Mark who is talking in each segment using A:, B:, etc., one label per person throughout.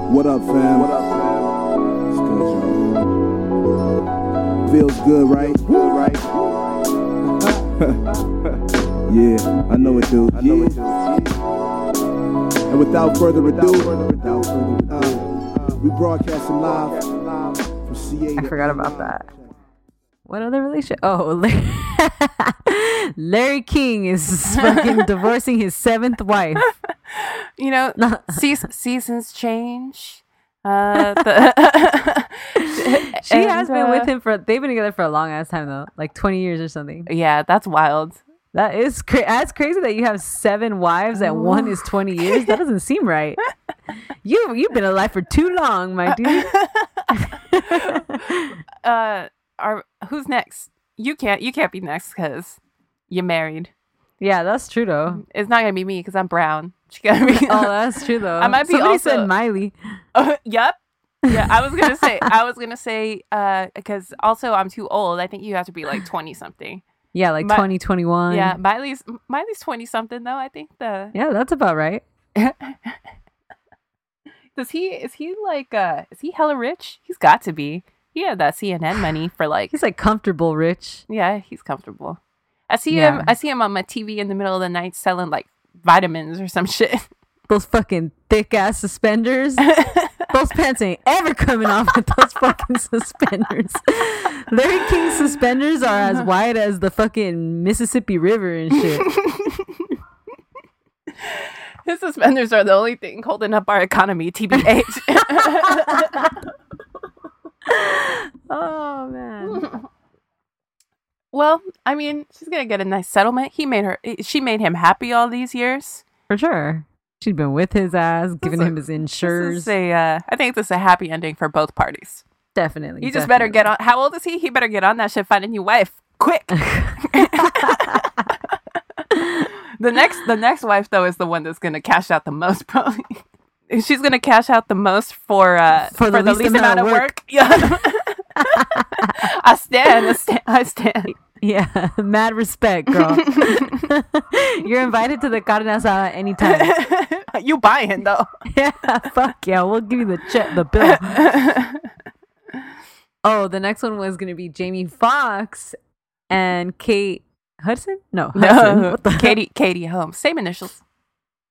A: fam? What up, fam? It's good, y'all. Feels good, right? Good, right? yeah, I know it do. I know it do. And without further ado, uh, we broadcasting live from CA.
B: I forgot about that. What other relationship? Oh, Larry, Larry King is fucking divorcing his seventh wife.
C: you know, seas seasons change. Uh, the uh,
B: She has been with him for they've been together for a long ass time though, like twenty years or something.
C: Yeah, that's wild.
B: That is cra- that's crazy that you have seven wives and one is twenty
C: Oh.
B: years. That doesn't seem right. You you've been alive for too long, my dude.
C: Uh, are who's next? You can't. You can't be next because you're married.
B: Yeah, that's true though.
C: It's not gonna be me because I'm brown. She gotta be.
B: Oh, that's true though.
C: I might be
B: Somebody
C: also-
B: said Miley.
C: Uh, yep. Yeah, I was gonna say. I was gonna say because also I'm too old. I think you have to be like twenty something.
B: Yeah, like
C: Mi-
B: twenty twenty one.
C: Yeah, Miley's Miley's twenty something though. I think the
B: yeah, that's about right.
C: does he is he like uh is he hella rich? He's got to be. He had that CNN money for like.
B: He's like comfortable rich.
C: Yeah, he's comfortable. I see
B: Yeah.
C: him. I see him on my TV in the middle of the night selling like vitamins or some shit.
B: Those fucking thick ass suspenders. those pants ain't ever coming off with those fucking suspenders. Larry King's suspenders are as wide as the fucking Mississippi River and shit.
C: His suspenders are the only thing holding up our economy, TBH.
B: oh man.
C: well, I mean, she's gonna get a nice settlement. He made her. eh, She made him happy all these years.
B: For sure. She'd been with his ass, giving
C: is a-
B: him his
C: This
B: insurers.
C: is a, uh, I think this is a happy ending for both parties.
B: definitely.
C: You just better
B: definitely.
C: get on. How old is he? He better get on that shit. Find a new wife, quick. the next, the next wife though is the one that's gonna cash out the most. Probably, she's gonna cash out the most for uh, for, the, least, amount, of work. Yeah. I stand. I stand. I stand.
B: Yeah, mad respect, girl. You're invited to the carne asada anytime.
C: you buying though?
B: yeah, fuck yeah, we'll give you the check, the bill. oh, the next one was gonna be Jamie Foxx and Kate Hudson. No, Hudson. What the Katie
C: Katie. Katie Holmes. Same initials.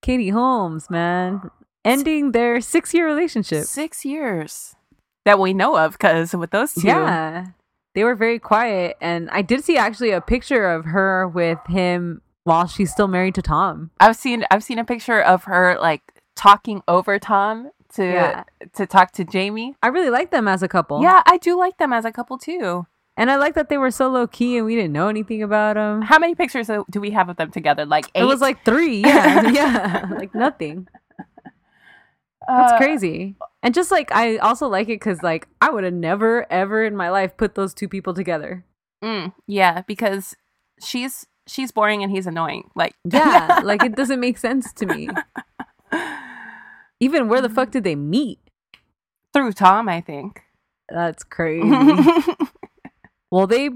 B: Katie Holmes, man, ending their six-year relationship.
C: Six years that we know of, because with those two,
B: Yeah, they were very quiet, and I did see actually a picture of her with him while she's still married to Tom.
C: I've seen I've seen a picture of her like talking over Tom to
B: Yeah.
C: to talk to Jamie.
B: I really like them as a couple.
C: Yeah, I do like them as a couple too.
B: And I like that they were so low key and we didn't know anything about them.
C: How many pictures do do we have of them together? Like eight.
B: It was like three. Yeah. yeah. Like nothing. That's
C: Uh,
B: crazy. And just like, I also like it because, like, I would have never, ever in my life put those two people together.
C: mm, yeah, because she's she's boring and he's annoying. Like
B: Yeah. like, it doesn't make sense to me. Even where the fuck did they meet?
C: through Tom, I think.
B: That's crazy. well, they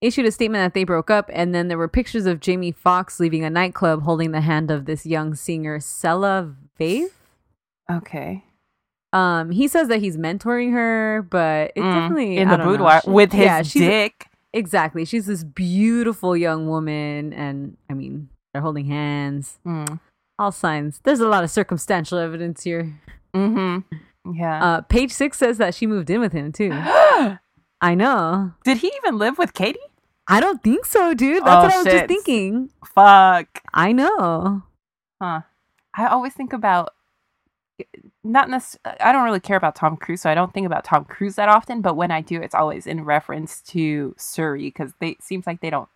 B: issued a statement that they broke up, and then there were pictures of Jamie Foxx leaving a nightclub holding the hand of this young singer, Sella Vave.
C: okay.
B: Um, he says that he's mentoring her, but it
C: Mm,
B: definitely
C: in
B: I
C: the
B: don't know.
C: boudoir
B: She-
C: with his
B: yeah, she's-
C: dick.
B: Exactly, she's this beautiful young woman, and I mean, they're holding hands.
C: Mm.
B: All signs. There's a lot of circumstantial evidence here.
C: Mm-hmm. Yeah.
B: Uh, page six says that she moved in with him too. I know.
C: Did he even live with Katie?
B: I don't think so, dude. That's
C: Oh,
B: what I was just
C: shit.
B: thinking.
C: Fuck.
B: I know.
C: Huh. I always think about not necessarily. I don't really care about Tom Cruise, so I don't think about Tom Cruise that often. But when I do, it's always in reference to Suri because they it seems like they don't.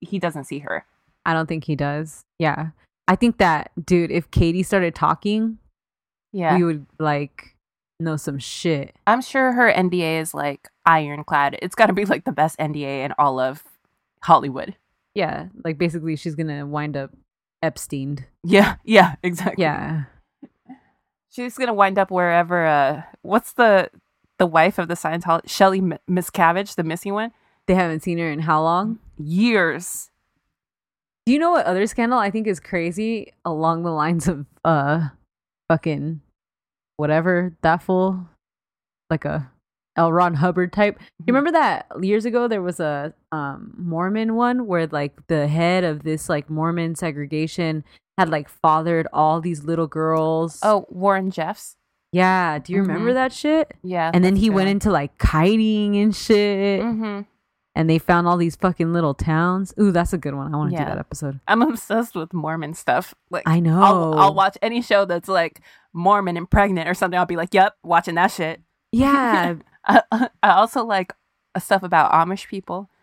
C: He doesn't see her.
B: I don't think he does. Yeah, I think that, dude. If Katie started talking,
C: Yeah,
B: we would like know some shit.
C: I'm sure her NDA is like ironclad. It's got to be like the best NDA in all of Hollywood.
B: Yeah, like basically she's gonna wind up Epsteined.
C: Yeah, yeah, exactly.
B: Yeah,
C: she's gonna wind up wherever. Uh, what's the the wife of the Scientologist Shelley M- Miscavige, the missing one?
B: they haven't seen her in how long?
C: Years.
B: Do you know what other scandal I think is crazy along the lines of uh fucking whatever that fool, like a L. Ron Hubbard type. You
C: Mm-hmm.
B: remember that years ago there was a um, Mormon one where like the head of this like Mormon segregation had like fathered all these little girls.
C: Oh, Warren Jeffs.
B: yeah, do you remember
C: mhm.
B: that shit?
C: Yeah.
B: And then he went into like kiting and shit,
C: Mm-hmm.
B: and they found all these fucking little towns. Ooh, that's a good one. I want to
C: Yeah.
B: do that episode.
C: I'm obsessed with Mormon stuff. Like
B: I know.
C: I'll, I'll watch any show that's like Mormon and pregnant or something. I'll be like, "Yep, watching that shit."
B: Yeah.
C: I, I also like uh, stuff about Amish people.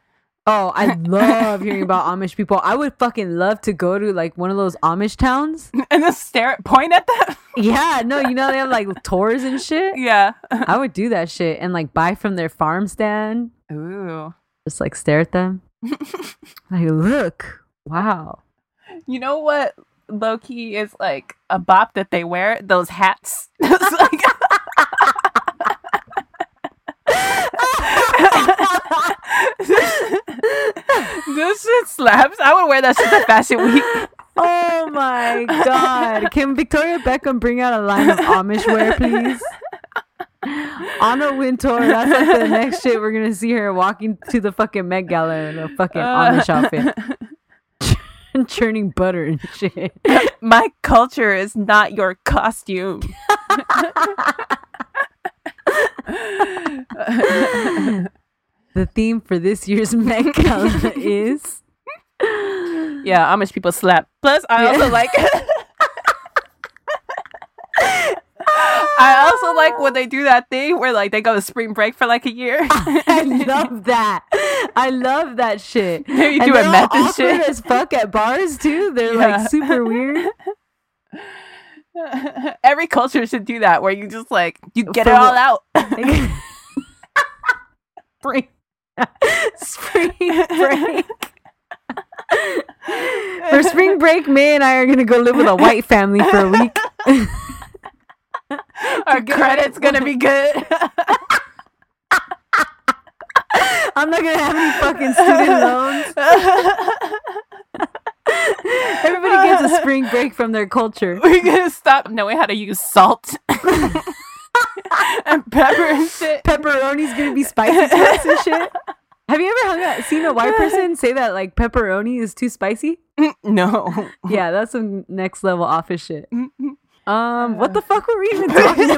B: Oh, I love hearing about Amish people. I would fucking love to go to like one of those Amish towns.
C: and then stare at point at them.
B: Yeah, no, you know they have like tours and shit.
C: yeah.
B: I would do that shit and like buy from their farm stand,
C: Ooh.
B: just like stare at them. like, look, wow.
C: You know what Loki is like a bop that they wear? Those hats. It's like- this shit slaps. I would wear that shit to fashion week.
B: Oh my god. Can Victoria Beckham bring out a line of Amish wear, please? Anna Wintour, that's like the next shit we're gonna see her walking to the fucking Met Gala in a fucking
C: Uh.
B: Amish outfit. churning butter and shit.
C: My culture is not your costume.
B: the theme for this year's Met Gala is
C: Yeah, Amish people slap. Plus, I
B: Yeah.
C: also like. I also like when they do that thing where like they go to spring break for like a year.
B: I love that. I love that shit.
C: There you
B: and
C: do
B: they're
C: a
B: all
C: meth and
B: awkward
C: shit.
B: as fuck at bars too. They're
C: Yeah.
B: like super weird.
C: Every culture should do that where you just like you get
B: For
C: it all
B: what?
C: out.
B: Like- spring, spring break. for spring break, May and I are gonna go live with a white family for a week.
C: Our credit's gonna be good.
B: I'm not gonna have any fucking student loans. Everybody gets a spring break from their culture.
C: We're gonna stop knowing how to use salt and pepper and shit.
B: Pepperoni's gonna be spicy to us and shit. Have you ever hung out, seen a white person say that like pepperoni is too spicy?
C: No.
B: Yeah, that's some next level office shit. Um, what
C: Uh.
B: the fuck were we even talking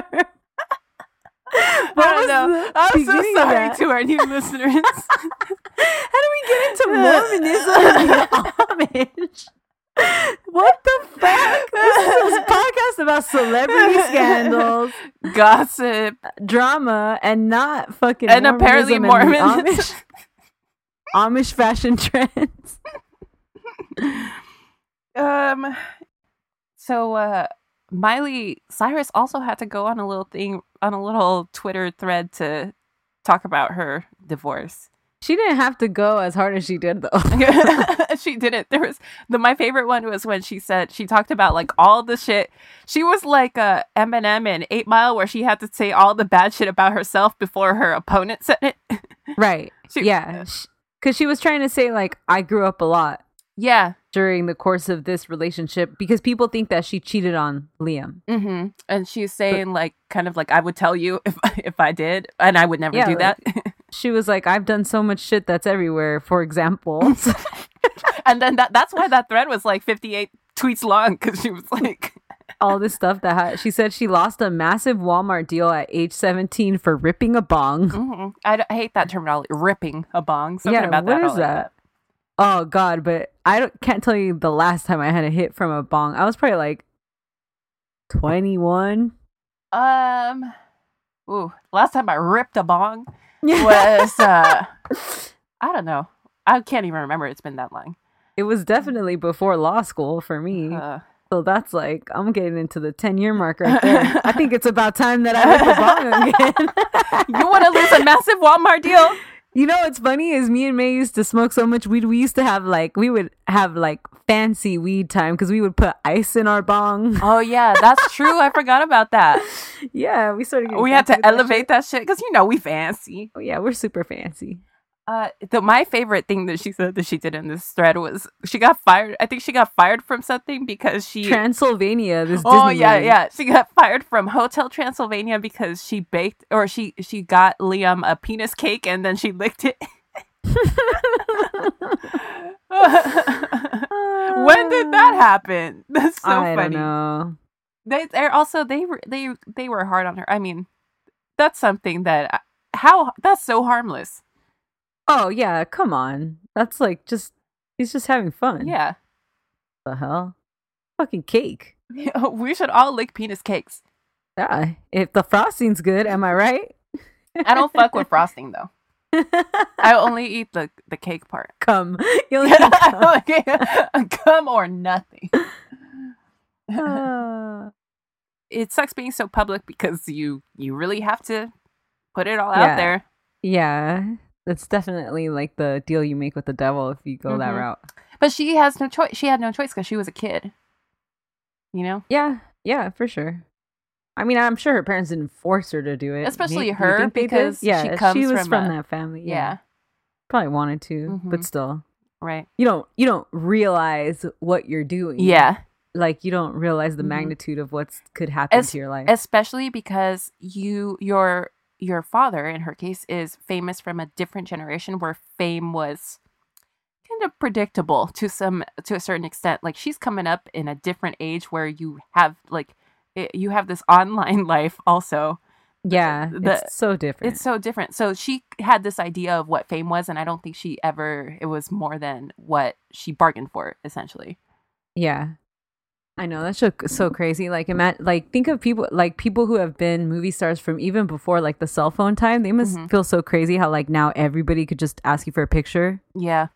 B: about? what
C: I don't
B: was
C: know.
B: the
C: I'm so
B: beginning of
C: sorry
B: that?
C: to our new listeners.
B: How do we get into Mormonism and the Amish? What the fuck? This is a podcast about celebrity scandals,
C: Gossip.
B: drama, and not fucking
C: And apparently
B: Mormonism and the
C: Mormons.
B: Amish, Amish fashion trends.
C: Um so uh Miley Cyrus also had to go on a little thing on a little Twitter thread to talk about her divorce.
B: She didn't have to go as hard as she did though.
C: she didn't. There was the my favorite one was when she said she talked about like all the shit. She was like uh Eminem in Eight Mile where she had to say all the bad shit about herself before her opponent said it.
B: right.
C: She-
B: yeah. Because she was trying to say, like, I grew up a lot
C: Yeah.
B: during the course of this relationship because people think that she cheated on Liam.
C: Mm-hmm. And she's saying like kind of like I would tell you if if I did, and I would never
B: Yeah,
C: do
B: like-
C: that.
B: She was like, I've done so much shit that's everywhere, for example.
C: and then that, that's why that thread was like 58 tweets long because she was like,
B: all this stuff that ha- she said she lost a massive Walmart deal at age 17 for ripping a bong.
C: mm I, d- I hate that terminology, ripping a bong. Something
B: Yeah,
C: about
B: what
C: that. I
B: is
C: don't like
B: that? Oh god, but I don't, can't tell you the last time I had a hit from a bong. I was probably like 21.
C: that? Um, ooh, last time I ripped a bong
B: Yeah.
C: was, uh, I don't know. I can't even remember. It's been that long.
B: It was definitely before law school for me.
C: Uh,
B: So that's like I'm getting into the 10 year mark right there. I think it's about time that I rip a bong again.
C: you want to lose a massive Walmart deal?
B: You know what's funny is me and May used to smoke so much weed. We used to have like we would have like fancy weed time because we would put ice in our bong.
C: Oh, yeah, that's true. I forgot about that.
B: yeah, we started. Getting
C: We had
B: fancy
C: to
B: with that
C: elevate that shit because, you know, we fancy.
B: shit. Oh, yeah, we're super fancy.
C: Uh, the, my favorite thing that she said that she did in this thread was she got fired. I think she got fired from something because she.
B: Transylvania. This
C: oh yeah,
B: Disneyland.
C: yeah. She got fired from Hotel Transylvania because she baked or she she got Liam a penis cake and then she licked it. when did that happen? That's so
B: Ah. I
C: funny.
B: don't know.
C: They they're also they were they they were hard on her. I mean, that's something that I- how that's so harmless.
B: Oh yeah, come on. That's like just he's just having fun.
C: Yeah.
B: the hell? Fucking cake.
C: we should all lick penis cakes.
B: Yeah. If the frosting's good, am I right?
C: I don't fuck with frosting though. I only eat the the cake part.
B: Come. You'll
C: Okay, Come or nothing.
B: Uh,
C: It sucks being so public because you you really have to put it all
B: Yeah.
C: out there.
B: yeah. That's definitely like the deal you make with the devil if you go that
C: Mhm.
B: route.
C: But she has no choice. She had no choice because she was a kid. You know,
B: Yeah, yeah, for sure. I mean, I'm sure her parents didn't force her to do it.
C: Especially
B: May- do you
C: her,
B: think they did?
C: because she
B: yeah,
C: comes
B: was
C: from
B: from
C: a-
B: that family.
C: yeah,
B: probably wanted to, but
C: Mhm.
B: still,
C: right,
B: you don't you don't realize what you're doing.
C: yeah.
B: like you don't realize the
C: Mhm.
B: magnitude of what's could happen
C: As-
B: to your life.
C: especially because you your your father in her case is famous from a different generation where fame was kind of predictable to some to a certain extent like she's coming up in a different age where you have like it, you have this online life also
B: yeah,
C: the-
B: it's so different.
C: it's so different so she had this idea of what fame was and i don't think she ever it was more than what she bargained for essentially
B: Yeah. I know that's so, so crazy. Like imagine, like think of people like people who have been movie stars from even before like the cell phone time. They must
C: Mhm.
B: feel so crazy how like now everybody could just ask you for a picture.
C: yeah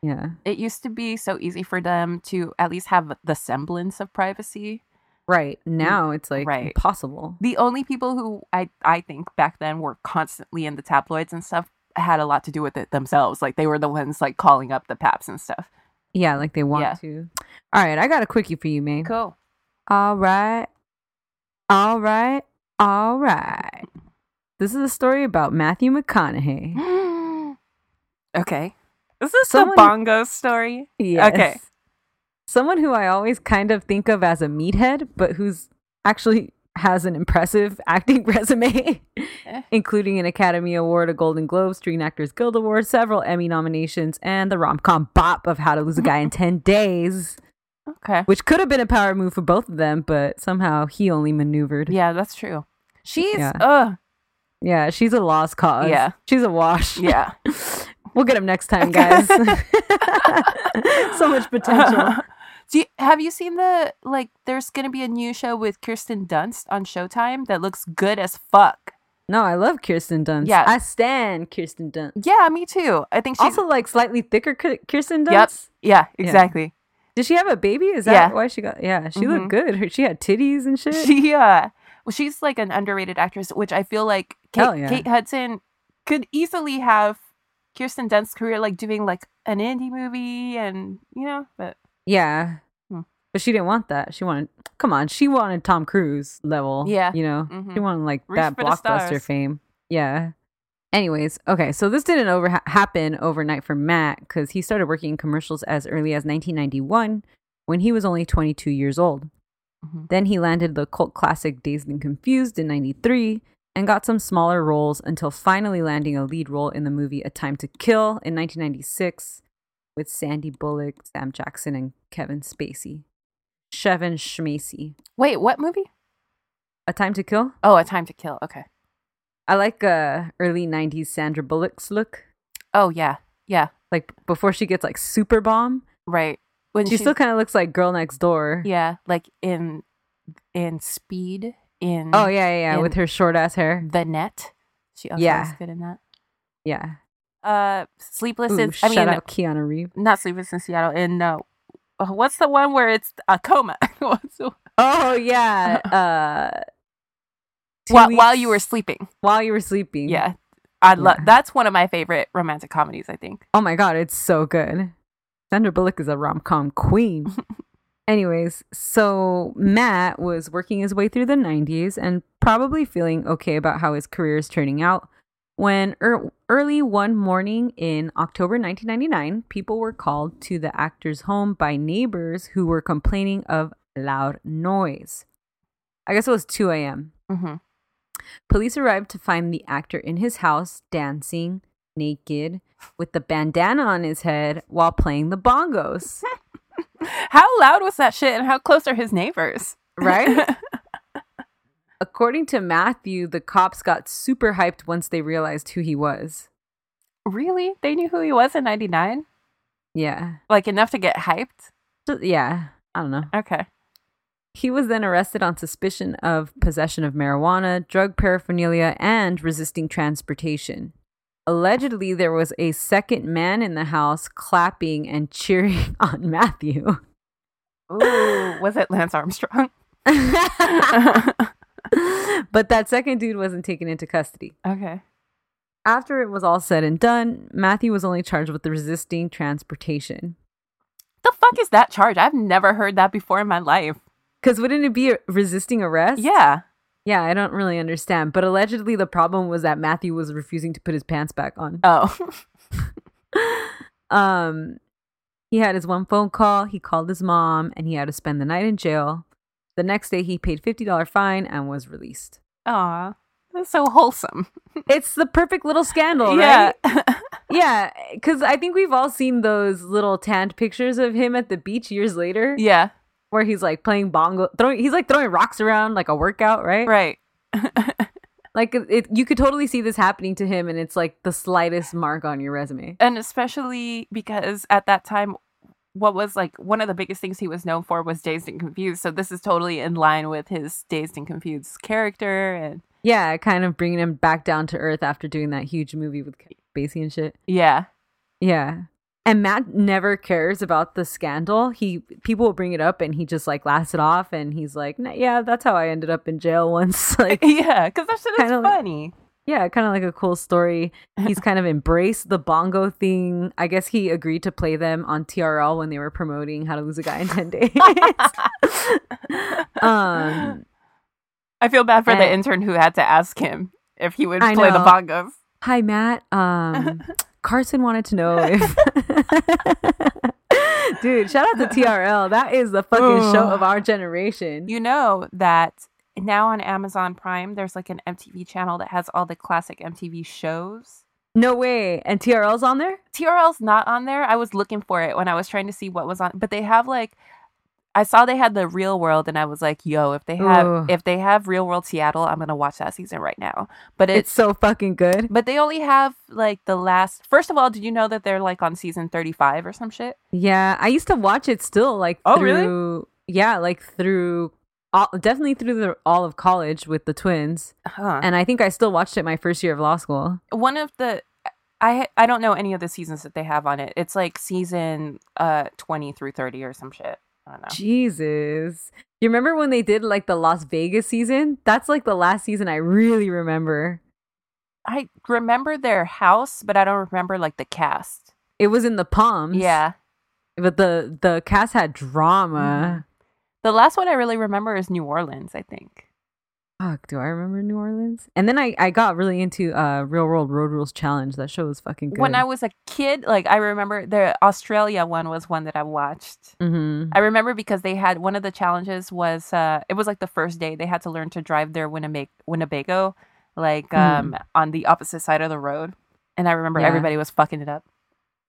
B: Yeah.
C: it used to be so easy for them to at least have the semblance of privacy
B: Right. Now it's like
C: Right.
B: impossible.
C: the only people who I, I think back then were constantly in the tabloids and stuff had a lot to do with it themselves. Like they were the ones like calling up the paps and stuff.
B: Yeah, like they want
C: Yeah.
B: to. All right, I got a quickie for you, man.
C: Cool.
B: All right. All right. All right. This is a story about Matthew McConaughey.
C: okay. Is this
B: Someone-
C: the bongo story?
B: Yes.
C: Okay.
B: Someone who I always kind of think of as a meathead, but who's actually has an impressive acting resume,
C: Eh.
B: including an Academy Award, a Golden Globe, Screen Actors Guild Award, several Emmy nominations, and the rom com bop of How to Lose a Guy in 10 Days,
C: Okay.
B: which could have been a power move for both of them, but somehow he only maneuvered.
C: Yeah, that's true. She's
B: Yeah.
C: ugh.
B: Yeah, she's a lost cause.
C: Yeah.
B: She's a wash.
C: Yeah.
B: We'll get him next time, guys. so much potential.
C: Do you, have you seen the like there's gonna be a new show with Kirsten Dunst on Showtime that looks good as fuck.
B: No, I love Kirsten Dunst.
C: Yeah.
B: I stand Kirsten Dunst.
C: Yeah, me too. I think she's
B: also like slightly thicker K- Kirsten Dunst.
C: Yep. Yeah,
B: Yeah.
C: exactly.
B: Did she have a baby? Is that
C: Yeah.
B: why she got? Yeah, she looked
C: Mhm.
B: good. Her, she had titties and shit.
C: she uh well, she's like an underrated actress which i feel like
B: Hell
C: kate,
B: yeah.
C: kate hudson could easily have kirsten dunst's career like doing like an indie movie and you know but
B: yeah,
C: Hmm.
B: but she didn't want that. She wanted. Come on, she wanted Tom Cruise level.
C: Yeah.
B: you know,
C: Mhm.
B: she wanted like
C: Reach
B: that
C: for the
B: blockbuster
C: stars.
B: fame. Yeah. Anyways, okay, so this didn't over ha- happen overnight for Matt because he started working in commercials as early as 1991 when he was only 22 years old.
C: Mhm.
B: Then he landed the cult classic Dazed and Confused in 93 and got some smaller roles until finally landing a lead role in the movie A Time to Kill in 1996 with Sandy Bullock, Sam Jackson, and Kevin Spacey. Chevin Schmacy.
C: wait what movie
B: A Time to Kill?
C: oh a time to kill okay
B: I like uh, early 90s Sandra Bullock's look.
C: oh yeah yeah
B: Like before she gets like super bomb,
C: right when
B: she still kind of looks like girl next door.
C: yeah like in in speed in
B: Oh yeah, yeah, yeah. with
C: And-
B: her short ass hair.
C: the net she also
B: Yeah.
C: was good in that
B: Yeah.
C: uh sleepless
B: Ooh,
C: in i
B: shout
C: mean
B: out Keanu Reeves.
C: not sleepless in seattle in uh, what's the one where it's a coma what's the
B: Oh yeah. Uh, two
C: while, while
B: weeks-
C: you were sleeping.
B: while you were sleeping.
C: Yeah. I love
B: Yeah.
C: that's one of my favorite romantic comedies, I think.
B: Oh my god, it's so good. Sandra Bullock is a rom com queen. Anyways, so Matt was working his way through the 90s and probably feeling okay about how his career is turning out when er- early one morning in October 1999, people were called to the actor's home by neighbors who were complaining of loud noise. I guess it was 2 a.m.
C: hmm
B: Police arrived to find the actor in his house dancing naked with the bandana on his head while playing the bongos,
C: How loud was that shit and how close are his neighbors?
B: right? According to Matthew, the cops got super hyped once they realized who he was.
C: Really? They knew who he was in 99?
B: Yeah.
C: Like enough to get hyped?
B: Just- yeah. I don't know.
C: Okay.
B: He was then arrested on suspicion of possession of marijuana, drug paraphernalia, and resisting transportation. Allegedly, there was a second man in the house clapping and cheering on Matthew.
C: Ooh, was it Lance Armstrong?
B: but that second dude wasn't taken into custody.
C: okay.
B: After it was all said and done, Matthew was only charged with the resisting transportation.
C: The fuck is that charge? I've never heard that before in my life.
B: Because wouldn't it be a resisting arrest?
C: Yeah.
B: Yeah, I don't really understand. But allegedly, the problem was that Matthew was refusing to put his pants back on.
C: Oh.
B: Um, he had his one phone call. He called his mom, and he had to spend the night in jail. The next day, he paid fifty dollar fine and was released.
C: Aw. That's so wholesome.
B: It's the perfect little scandal,
C: yeah.
B: right? Yeah, because I think we've all seen those little tanned pictures of him at the beach years later,
C: yeah.
B: where he's like playing bongo, throwing. He's like throwing rocks around like a workout, right?
C: Right.
B: Like it, it- you could totally see this happening to him, and it's like the slightest mark on your resume.
C: and especially because at that time what was like one of the biggest things he was known for was dazed and confused so this is totally in line with his dazed and confused character and
B: Yeah, kind of bringing him back down to earth after doing that huge movie with Kevin Spacey and shit.
C: yeah
B: Yeah. And Matt never cares about the scandal. He people will bring it up and he just like laughs it off and he's like, "Nah, "Yeah, that's how I ended up in jail once." Like,
C: yeah because that shit is
B: Kinda like-
C: funny
B: yeah, kind of like a cool story. He's kind of embraced the bongo thing. I guess he agreed to play them on TRL when they were promoting How to Lose a Guy in 10 Days. um,
C: i feel bad for the
B: And-
C: intern who had to ask him if he would
B: I
C: play the
B: know.
C: bongos
B: Hi, Matt. Um, Carson wanted to know if. Dude, shout out to TRL. That is the fucking show
C: Ugh.
B: of our generation.
C: you know that now on amazon prime there's like an mtv channel that has all the classic mtv shows
B: no way. And TRL's on there?
C: TRL's not on there. I was looking for it when I was trying to see what was on, but they have like I saw they had the Real World and I was like, "Yo, if they have
B: Ooh.
C: if they have Real World Seattle, I'm going to watch that season right now." But
B: It's
C: it's,
B: so fucking good.
C: but they only have like the last First of all, did you know that they're like on season 35 or some shit?
B: Yeah, I used to watch it still like
C: Oh, really?
B: through yeah, like through all, definitely through the all of college with the twins.
C: Huh.
B: And I think I still watched it my first year of law school.
C: One of the I I don't know any of the seasons that they have on it. It's like season uh 20 through 30 or some shit. I don't know.
B: Jesus. You remember when they did like the Las Vegas season? That's like the last season I really remember.
C: I remember their house, but I don't remember like the cast.
B: It was in the Palms.
C: Yeah.
B: But the the cast had
C: Mm.
B: drama.
C: The last one I really remember is New Orleans, I think.
B: Fuck, do I remember New Orleans? And then I, I got really into uh Real World Road Rules Challenge. That show was fucking good.
C: When I was a kid, like I remember the Australia one was one that I watched.
B: mm-hmm.
C: I remember because they had one of the challenges was uh it was like the first day they had to learn to drive their Winnema- Winnebago like um on the opposite side of the road. And I remember
B: Mm. Yeah.
C: everybody was fucking it up.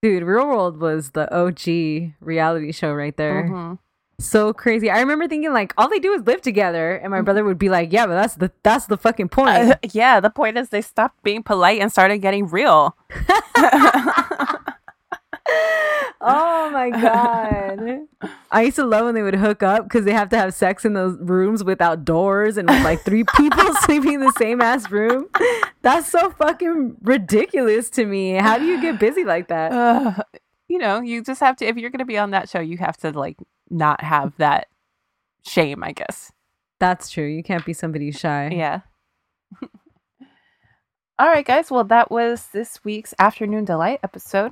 B: Dude, Real World was the OG reality show right there.
C: Mhm.
B: So crazy. I remember thinking like all they do is live together and my brother would be like, "Yeah, but that's the that's the fucking point."
C: Uh, yeah, the point is they stopped being polite and started getting real.
B: Oh my god! I used to love when they would hook up because they have to have sex in those rooms without doors and with like three people sleeping in the same ass room. That's so fucking ridiculous to me. How do you get busy like that?
C: Ugh. you know, you just have to if you're going to be on that show, you have to like not have that shame, I guess.
B: That's true. You can't be somebody shy.
C: Yeah. All right, guys. Well, that was this week's Afternoon Delight episode.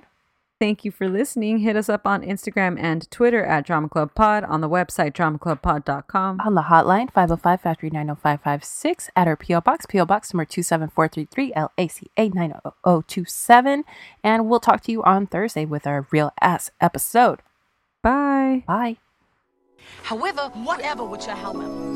B: Thank you for listening. Hit us up on Instagram and Twitter at Drama Club Pod, on the website dramaclubpod.com.
C: On the hotline, 505 Factory 90556 at our P.O. Box, P.O. Box number 27433 LACA 90027. And we'll talk to you on Thursday with our real ass episode.
B: Bye.
C: Bye.
D: However, whatever with your however.